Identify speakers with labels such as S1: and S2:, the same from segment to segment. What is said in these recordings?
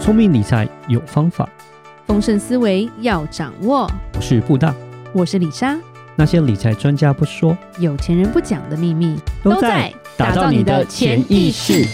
S1: 聪明理财有方法，
S2: 丰盛思维要掌握。
S1: 我是布大。
S2: 我是李莎，
S1: 那些理财专家不说，
S2: 有钱人不讲的秘密
S1: 打造你的潜意识。，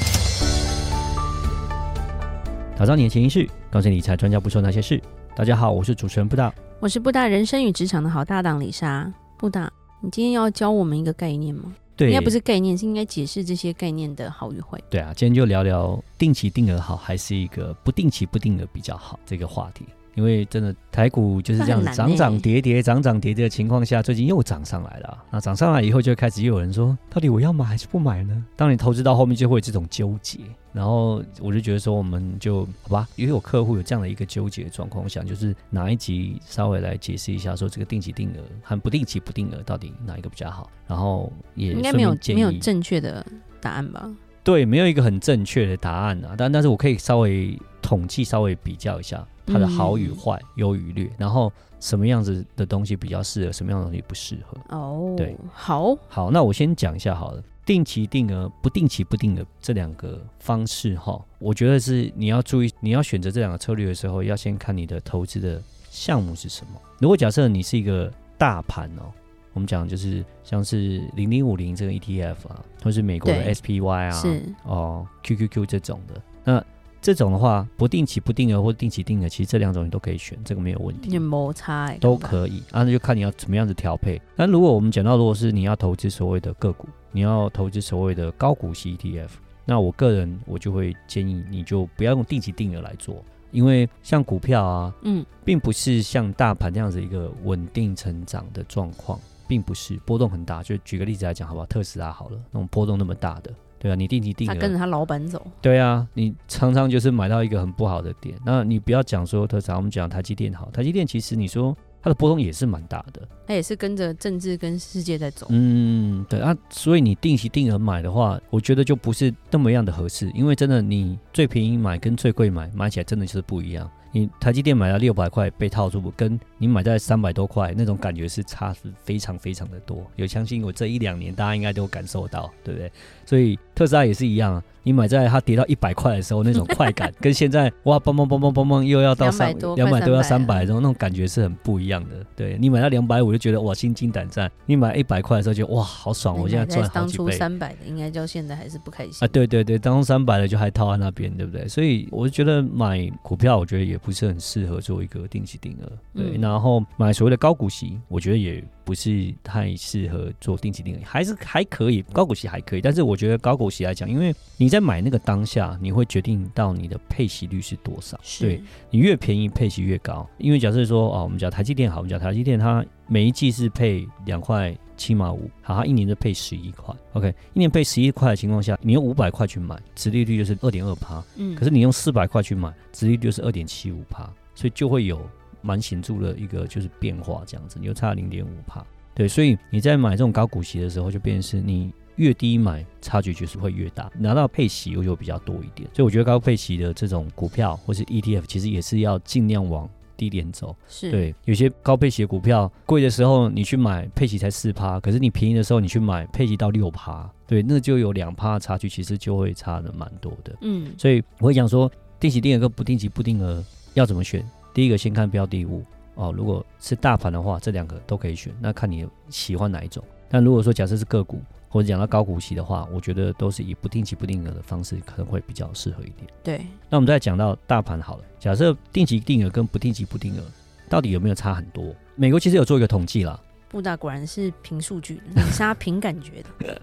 S1: 打造你的潜意识，告诉你理财专家不说那些事。大家好，我是主持人布大。
S2: 我是布大人生与职场的好搭档李莎。布大，你今天要教我们一个概念吗？
S1: 对，
S2: 应该不是概念，是应该解释这些概念的好与坏。
S1: 对啊，今天就聊聊定期定额好还是一个不定期不定额比较好这个话题。因为真的台股就是这样
S2: 那
S1: 子
S2: 很难
S1: 涨涨
S2: 欸
S1: 跌跌、涨涨跌跌的情况下，最近又涨上来了啊。那涨上来以后，就开始又有人说，到底我要买还是不买呢？当你投资到后面，就会有这种纠结。然后我就觉得说，我们就好吧，也有客户有这样的一个纠结的状况，我想就是哪一集稍微来解释一下，说这个定期定额和不定期不定额到底哪一个比较好。然后也
S2: 应该
S1: 顺
S2: 没有
S1: 便建
S2: 没有
S1: 议
S2: 正确的答案吧？
S1: 对，没有一个很正确的答案啊，但但是我可以稍微统计、稍微比较一下它的好与坏、优与劣，然后什么样子的东西比较适合，什么样的东西不适合。
S2: 哦，
S1: 对，
S2: 好，
S1: 好，那我先讲一下好了。定期定额、不定期不定额这两个方式哈，我觉得是你要注意，你要选择这两个策略的时候，要先看你的投资的项目是什么。如果假设你是一个大盘哦，我们讲就是像是零零五零这个 ETF 啊，或是美国的
S2: 对
S1: SPY 啊，
S2: 是
S1: 哦 QQQ 这种的。那这种的话，不定期不定额或定期定额，其实这两种你都可以选，这个没有问题。
S2: 有摩擦欸
S1: 都
S2: 以。
S1: 可以，啊，那就看你要怎么样子调配。那如果我们讲到，如果是你要投资所谓的个股，你要投资所谓的高股息 ETF，那我个人我就会建议你就不要用定期定额来做，因为像股票啊，
S2: 嗯，
S1: 并不是像大盘这样子一个稳定成长的状况，并不是波动很大。就举个例子来讲，好不好？特斯拉好了，那种波动那么大的，对啊，你定期定
S2: 他
S1: 额
S2: 跟着他老板走，
S1: 对啊，你常常就是买到一个很不好的点。那你不要讲说特斯拉，我们讲台积电好，台积电其实你说它的波动也是蛮大的。
S2: 他也是跟着政治跟世界在走。
S1: 嗯，对啊，所以你定期定额买的话，我觉得就不是那么样的合适，因为真的你最便宜买跟最贵买买起来真的就是不一样。你台积电买了六百块被套住，跟你买在三百多块那种感觉是差是非常非常的多。有相信我这一两年大家应该都有感受到，对不对？所以特斯拉也是一样啊，你买在它跌到一百块的时候那种快感， 跟现在哇嘣嘣嘣嘣嘣嘣又要到
S2: 200
S1: 三
S2: 多
S1: 两
S2: 快
S1: 百多要
S2: 300
S1: 三
S2: 了
S1: 百，然后那种感觉是很不一样的。对你买到两百五就觉得哇心惊胆战，你买一百块的时候就哇好爽，嗯我现在赚好
S2: 当
S1: 几
S2: 初
S1: 倍。
S2: 三百的，应该到现在还是不开心
S1: 啊，。对对对，当三百了就还套在那边，对不对？所以我就觉得买股票，我觉得也不是很适合做一个定期定额，对。
S2: 嗯
S1: 然后买所谓的高股息，我觉得也不是太适合做定期定额，还是还可以，高股息还可以。但是我觉得高股息来讲，因为你在买那个当下，你会决定到你的配息率是多少，对。
S2: 是，
S1: 你越便宜配息越高，因为假设说啊，我们讲台积电好，我们讲台积电它每一季是配两块七毛五，好，它一年就配十一块，OK，一年配十一块的情况下，你用五百块去买，殖利率就是二点二趴，
S2: 嗯，
S1: 可是你用四百块去买，殖利率就是二点七五趴，所以就会有蛮显著的一个就是变化，这样子，你就差零点五趴，对，所以你在买这种高股息的时候，就变成是你越低买，差距就是会越大，拿到配息我就比较多一点。所以我觉得高配息的这种股票或是 ETF，其实也是要尽量往低点走。
S2: 是，
S1: 对，有些高配息的股票贵的时候你去买配息才四趴，可是你便宜的时候你去买配息到六趴，对，那就有两趴的差距，其实就会差的蛮多的。
S2: 嗯，
S1: 所以我会讲说，定期定额跟不定期不定额要怎么选？第一个先看标的物哦，如果是大盘的话，这两个都可以选，那看你喜欢哪一种。但如果说假设是个股或者讲到高股息的话，我觉得都是以不定期不定额的方式可能会比较适合一点。
S2: 对，
S1: 那我们再讲到大盘好了，假设定期定额跟不定期不定额到底有没有差很多？美国其实有做一个统计啦，
S2: 布大果然是凭数据的， 李莎凭感觉的，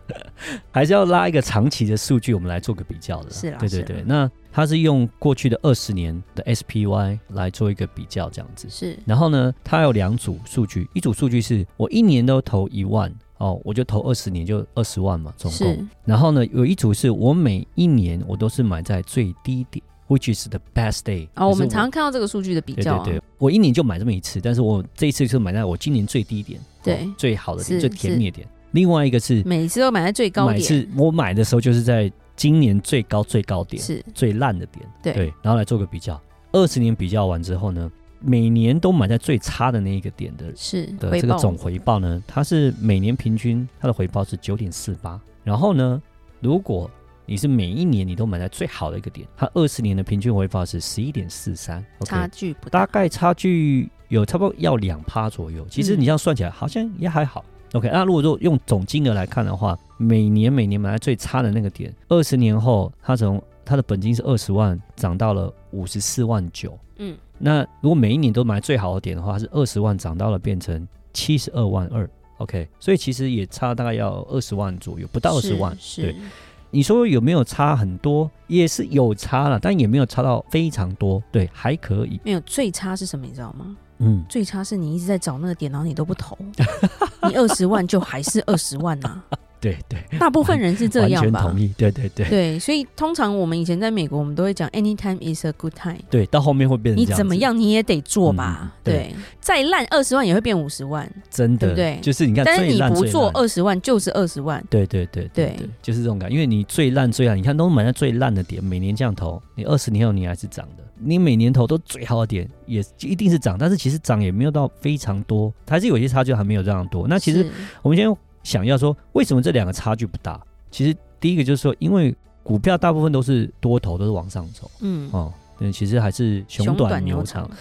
S1: 还是要拉一个长期的数据，我们来做个比较的。
S2: 是啦
S1: 对对
S2: 是嗯
S1: 对
S2: 啦。
S1: 那它是用过去的二十年的 SPY 来做一个比较，这样子。
S2: 是
S1: 然后呢，它有两组数据，一组数据是我一年都投一万哦，我就投二十年就二十万嘛，总共。
S2: 是，哦
S1: 然后呢，有一组是我每一年我都是买在最低点，which is the best day。
S2: 哦，我们
S1: 就是
S2: 常常看到这个数据的比
S1: 对
S2: 较啊，
S1: 对对，我一年就买这么一次，但是我这一次是买在我今年最低点，
S2: 对
S1: 哦最好的
S2: 是
S1: 点，最甜蜜的点。另外一个是
S2: 每次都买在最高
S1: 买
S2: 点，
S1: 是我买的时候就是在今年最高最高点，
S2: 是
S1: 最烂的点，
S2: 对
S1: 然后来做个比较。二十年比较完之后呢，每年都买在最差的那一个点的
S2: 是
S1: 的
S2: 回
S1: 这个
S2: 报
S1: 总回报呢，它是每年平均它的回报是九点四八，然后呢，如果你是每一年你都买在最好的一个点，它二十年的平均回报是十一点四三
S2: 差
S1: ，OK，
S2: 距不
S1: 大
S2: 大。
S1: 概差距有差不多要两趴左右。其实
S2: 嗯
S1: 你这样算起来好像也还好。OK，那如果说用总金额来看的话，每年每年买在最差的那个点，二十年后它从它的本金是二十万涨到了五十四万九，
S2: 嗯，
S1: 那如果每一年都买最好的点的话，它是二十万涨到了变成七十二万二。OK，所以其实也差大概要二十万左右，不到二十万。
S2: 是
S1: 对你说有没有差很多？也是有差了，但也没有差到非常多，对，还可以。
S2: 没有最差是什么？你知道吗？
S1: 嗯，
S2: 最差是你一直在找那个点，然后你都不投， 你二十万就还是二十万呐、
S1: 对对，
S2: 大部分人是这
S1: 完
S2: 样
S1: 全
S2: 吧
S1: 同？意。对对对
S2: 对，所以通常我们以前在美国，我们都会讲 anytime is a good time。
S1: 对，到后面会变成
S2: 你
S1: 这样
S2: 怎么
S1: 子？
S2: 样你也得做吧，
S1: 嗯
S2: 对
S1: 对
S2: 再烂二十万也会变五十万，
S1: 真的，
S2: 对不对
S1: 就是你看
S2: 但是
S1: 最
S2: 你
S1: 烂
S2: 不
S1: 最烂。
S2: 做二十万就是二十万，
S1: 对对对
S2: 对
S1: 就是这种感觉，因为你最烂最烂，你看都买在最烂的点，每年这样投，你二十年后你还是涨的，你每年投都最好的点，也一定是涨，但是其实涨也没有到非常多，还是有些差距还没有这样多。那其实
S2: 是
S1: 我们先想要说，为什么这两个差距不大？其实第一个就是说，因为股票大部分都是多头，都是往上走
S2: 嗯，
S1: 哦，嗯，其实还是
S2: 熊
S1: 熊短牛长
S2: 长，，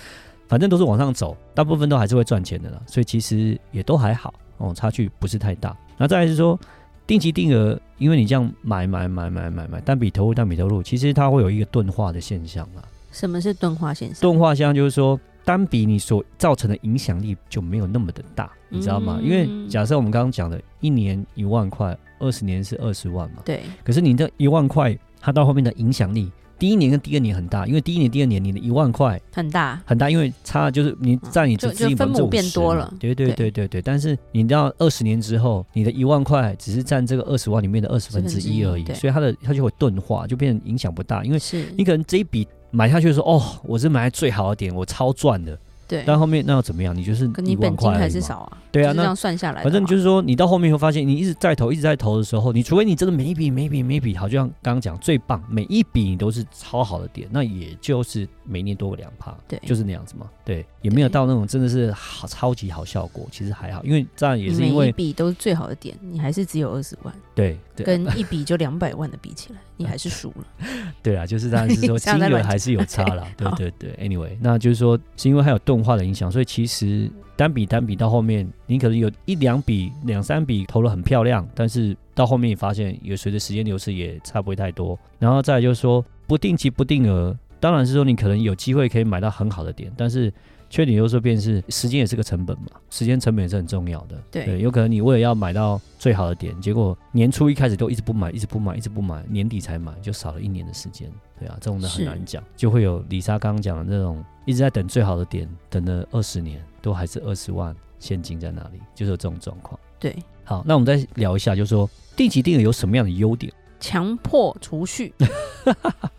S1: 反正都是往上走，大部分都还是会赚钱的啦，所以其实也都还好哦，差距不是太大。那再来是说定期定额，因为你这样买买买买买买单笔投入单笔投入，其实它会有一个钝化的现象啦。
S2: 什么是钝化现象？
S1: 钝化现象就是说单笔你所造成的影响力就没有那么的大，你知道吗？
S2: 嗯
S1: 因为假设我们刚刚讲的，一年一万块，二十年是二十万嘛，
S2: 对，
S1: 可是你这一万块，它到后面的影响力。第一年跟第二年很大，因为第一年、第二年你的一万块
S2: 很大，
S1: 很大，因为差就是你占你
S2: 就
S1: 的资金
S2: 就
S1: 百
S2: 分
S1: 分之
S2: 母
S1: 五
S2: 变多了
S1: 对对对对对。但是你到二十年之后，你的一万块只是占这个二十万里面的二十分之一
S2: 10%
S1: 而已
S2: 对，
S1: 所以它的它就会钝化，就变成影响不大。因为
S2: 是，
S1: 你可能这一笔买下去的时候，哦，我是买在最好的点，我超赚的。
S2: 对，
S1: 但后面那又怎么样？你就是
S2: 可
S1: 一
S2: 你
S1: 万
S2: 本金
S1: 块而已
S2: 还是
S1: 嘛。
S2: 少啊，
S1: 对啊，
S2: 就是这
S1: 那
S2: 样算下来的话，
S1: 反正就是说，你到后面会发现，你一直在投，一直在投的时候，你除非你真的每一笔、每一笔、每一笔好，就像刚刚讲最棒，每一笔你都是超好的点，那也就是每年多个两趴，
S2: 对
S1: 就是那样子嘛，对，也没有到那种真的是好超级好效果，其实还好，因为这样也
S2: 你
S1: 是因
S2: 每一
S1: 为
S2: 笔都是最好的点，你还是只有二十万，
S1: 对对啊
S2: 跟一笔就两百万的比起来，你还是输了。
S1: 对啊，就是当然 是说
S2: 这
S1: 金
S2: 样在
S1: 额
S2: 乱讲
S1: 还是有差 啦，对
S2: 好
S1: 对对，anyway，那就是说是因为它有钝化的影响，所以其实单笔单笔到后面，你可能有一两笔、两三笔投的很漂亮，但是到后面你发现也随着时间流逝也差不会太多。然后再来就是说不定期不定额，当然是说你可能有机会可以买到很好的点，但是。缺点就是说便是时间也是个成本嘛，时间成本也是很重要的。
S2: 对
S1: 有可能你为了要买到最好的点，结果年初一开始都一直不买，一直不买，一直不买，年底才买，就少了一年的时间。对啊，这种的
S2: 是
S1: 很难讲，就会有李莎刚刚讲的那种一直在等最好的点，等了二十年都还是二十万现金在那里，就是有这种状况。
S2: 对，
S1: 好，那我们再聊一下，就是说定期定额有什么样的优点？
S2: 强迫储蓄，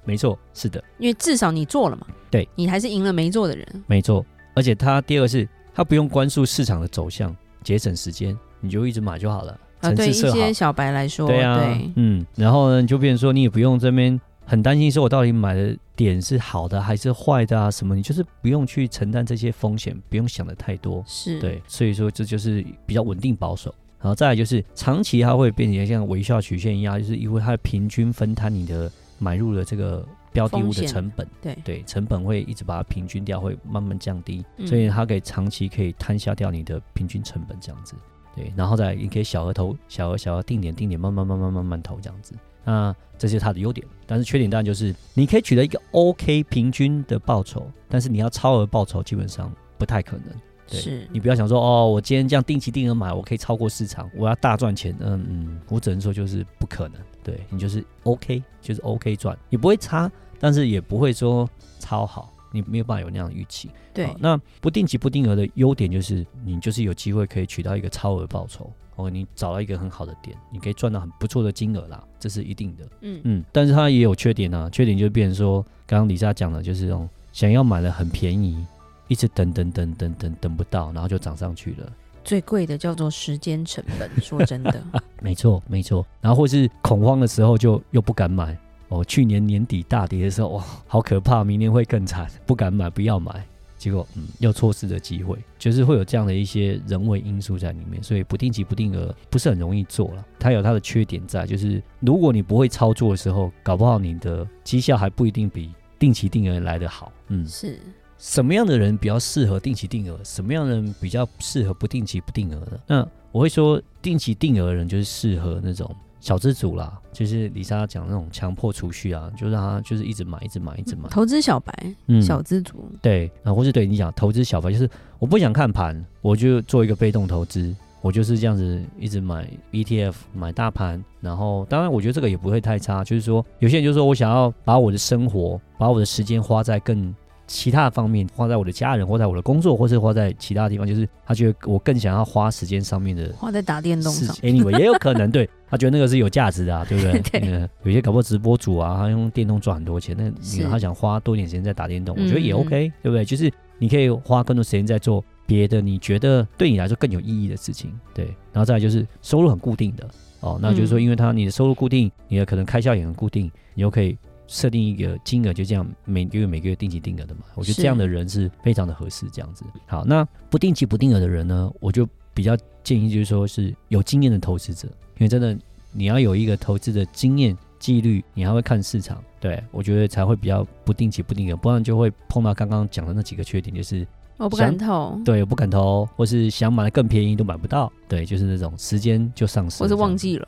S1: 没错，是的，
S2: 因为至少你做了嘛，
S1: 对
S2: 你还是赢了没做的人，
S1: 没错。而且它第二个是它不用关注市场的走向，节省时间，你就一直买就好了。
S2: 啊，
S1: 层
S2: 对一
S1: 次设好
S2: 些，小白来说，
S1: 对啊，嗯，然后呢，你就变成说你也不用这边很担心，说我到底买的点是好的还是坏的啊什么，你就是不用去承担这些风险，不用想的太多。
S2: 是，
S1: 对，所以说这就是比较稳定保守。然后再来就是长期它会变成像微笑曲线一样，就是因为它平均分摊你的买入的这个标的物
S2: 风
S1: 的
S2: 险
S1: 成本，
S2: 对
S1: 对，成本会一直把它平均掉，会慢慢降低，
S2: 嗯
S1: 所以它可以长期可以摊下掉你的平均成本这样子。对，然后再来你可以小额投，小额小额定点定点，慢慢慢慢慢慢投这样子。那这是它的优点，但是缺点当然就是你可以取得一个 OK 平均的报酬，但是你要超额报酬基本上不太可能。对
S2: 是
S1: 你不要想说哦，我今天这样定期定额买，我可以超过市场，我要大赚钱。嗯嗯，我只能说就是不可能。对你就是 OK，就是 OK 赚，你不会差，但是也不会说超好，你没有办法有那样的预期。
S2: 对
S1: 好，那不定期不定额的优点就是你就是有机会可以取到一个超额报酬。哦，你找到一个很好的点，你可以赚到很不错的金额啦，这是一定的。
S2: 嗯，
S1: 嗯，但是它也有缺点啊，缺点就变成说，刚刚李莎讲的，就是那种想要买的很便宜，一直等等等等等等不到，然后就涨上去了。
S2: 最贵的叫做时间成本。说真的，
S1: 没错，没错。然后或是恐慌的时候就又不敢买。 哦，去年年底大跌的时候，哇，好可怕，明年会更惨，不敢买，不要买。结果嗯又错失了机会，就是会有这样的一些人为因素在里面，所以不定期不定额不是很容易做了。它有它的缺点在，就是如果你不会操作的时候，搞不好你的绩效还不一定比定期定额来得好。嗯，
S2: 是
S1: 什么样的人比较适合定期定额，什么样的人比较适合不定期不定额的？那我会说，定期定额的人就是适合那种小资主啦，就是李莎讲那种强迫储蓄啊，就让他就是一直买，一直买，一直买。
S2: 投资小白、
S1: 嗯，
S2: 小资族，
S1: 对啊，或是对你讲投资小白，就是我不想看盘，我就做一个被动投资，我就是这样子一直买 ETF 买大盘，然后当然我觉得这个也不会太差，就是说有些人就说我想要把我的生活、把我的时间花在更其他方面，花在我的家人，或在我的工作，或是花在其他地方，就是他觉得我更想要花时间上面的
S2: 花在打电动
S1: 是
S2: 上，
S1: Anyway，也有可能对 他觉得那个是有价值的 啊，对不对？
S2: 对
S1: 嗯有些搞不好直播主啊，他用电动赚很多钱，那你
S2: 是
S1: 他想花多点时间在打电动，我觉得也
S2: 嗯
S1: OK，、对不对？就是你可以花更多时间在做别的你觉得对你来说更有意义的事情，对。然后再来就是收入很固定的哦，那就是说，
S2: 嗯
S1: 因为他你的收入固定，你的可能开销也很固定，你又可以。设定一个金额，就这样每个月每个月定期定额的嘛，我觉得
S2: 是
S1: 这样的人是非常的合适。这样子，好，那不定期不定额的人呢，我就比较建议就是说是有经验的投资者，因为真的你要有一个投资的经验、纪律，你还会看市场，对我觉得才会比较不定期不定额，不然就会碰到刚刚讲的那几个缺点，就是
S2: 我不
S1: 想
S2: 敢投，
S1: 对不敢投，或是想买的更便宜都买不到，对，就是那种时间就丧失，
S2: 我是忘，记了，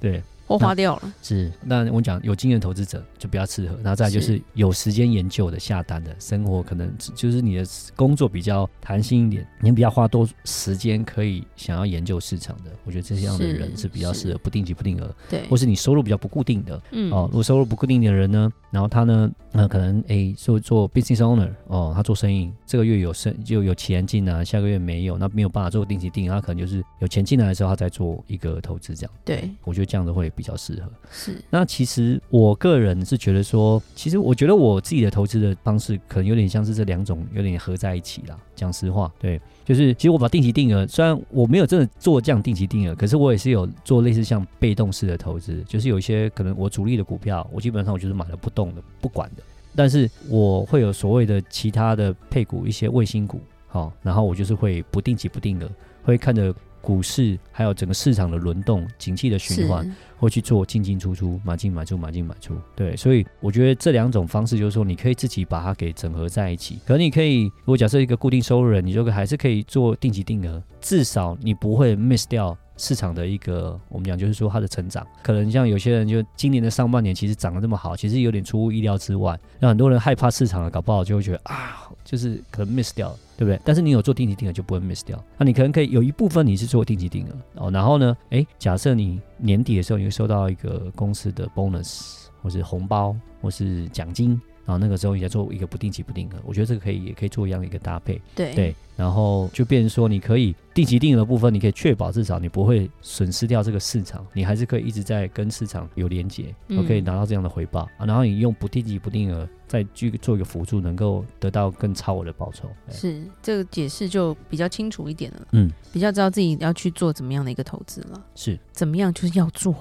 S1: 对。
S2: 我花掉了，
S1: 是，那我讲有经验的投资者就比较适合，然后再来就是
S2: 是
S1: 有时间研究的下单的，生活可能就是你的工作比较弹性一点，你比较花多时间可以想要研究市场的，我觉得这样的
S2: 是
S1: 人是比较适
S2: 是
S1: 合不定期不定额，
S2: 对
S1: 或，是你收入比较不固定的，
S2: 嗯
S1: 哦，如果收入不固定的人呢，然后他呢，呃，可能诶做做 business owner 哦，他做生意，这个月有生就有钱进来，下个月没有，那没有办法做定期定额，他可能就是有钱进来的时候，他再做一个投资这样。
S2: 对，
S1: 我觉得这样子会比较适合。
S2: 是
S1: 那其实我个人是觉得说，其实我觉得我自己的投资的方式可能有点像是这两种有点合在一起啦。讲实话，对，就是其实我把定期定额，虽然我没有真的做这样定期定额，可是我也是有做类似像被动式的投资，就是有一些可能我主力的股票，我基本上我就是买了不动的，不管的。但是我会有所谓的其他的配股，一些卫星股，好、然后我就是会不定期不定额，会看着股市还有整个市场的轮动、景气的循
S2: 是
S1: 环，会去做进进出出、买进买出、买进买出。对，所以我觉得这两种方式就是说，你可以自己把它给整合在一起。可能你可以，如果假设一个固定收入人，你就还是可以做定期定额，至少你不会 miss 掉。市场的一个，我们讲就是说它的成长，可能像有些人就今年的上半年其实涨得这么好，其实有点出乎意料之外，让很多人害怕市场了，搞不好就会觉得啊，就是可能 miss 掉了，对不对？但是你有做定期定额就不会 miss 掉。那你可能可以有一部分你是做定期定额哦，然后呢，诶，假设你年底的时候你会收到一个公司的 bonus 或是红包或是奖金，然后那个时候你再做一个不定期不定额，我觉得这个可以也可以做一样的一个搭配。
S2: 对
S1: 对，然后就变成说，你可以定期定额的部分，你可以确保至少你不会损失掉这个市场，你还是可以一直在跟市场有连接，
S2: 嗯
S1: 我可以拿到这样的回报、啊然后你用不定期不定额再去做一个辅助，能够得到更超额的报酬。哎
S2: 是这个解释就比较清楚一点了，
S1: 嗯，
S2: 比较知道自己要去做怎么样的一个投资了，
S1: 是
S2: 怎么样就是要做，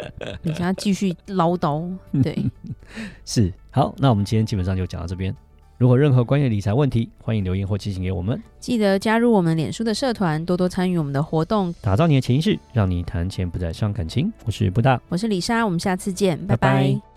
S2: 你想要继续唠叨，对，
S1: 是，好，那我们今天基本上就讲到这边。如果任何关于理财问题，欢迎留言或寄信给我们。
S2: 记得加入我们脸书的社团，多多参与我们的活动。
S1: 打造你的潜意识，让你谈钱不再伤感情。我是布大，
S2: 我是李莎，我们下次见，
S1: 拜拜
S2: 拜拜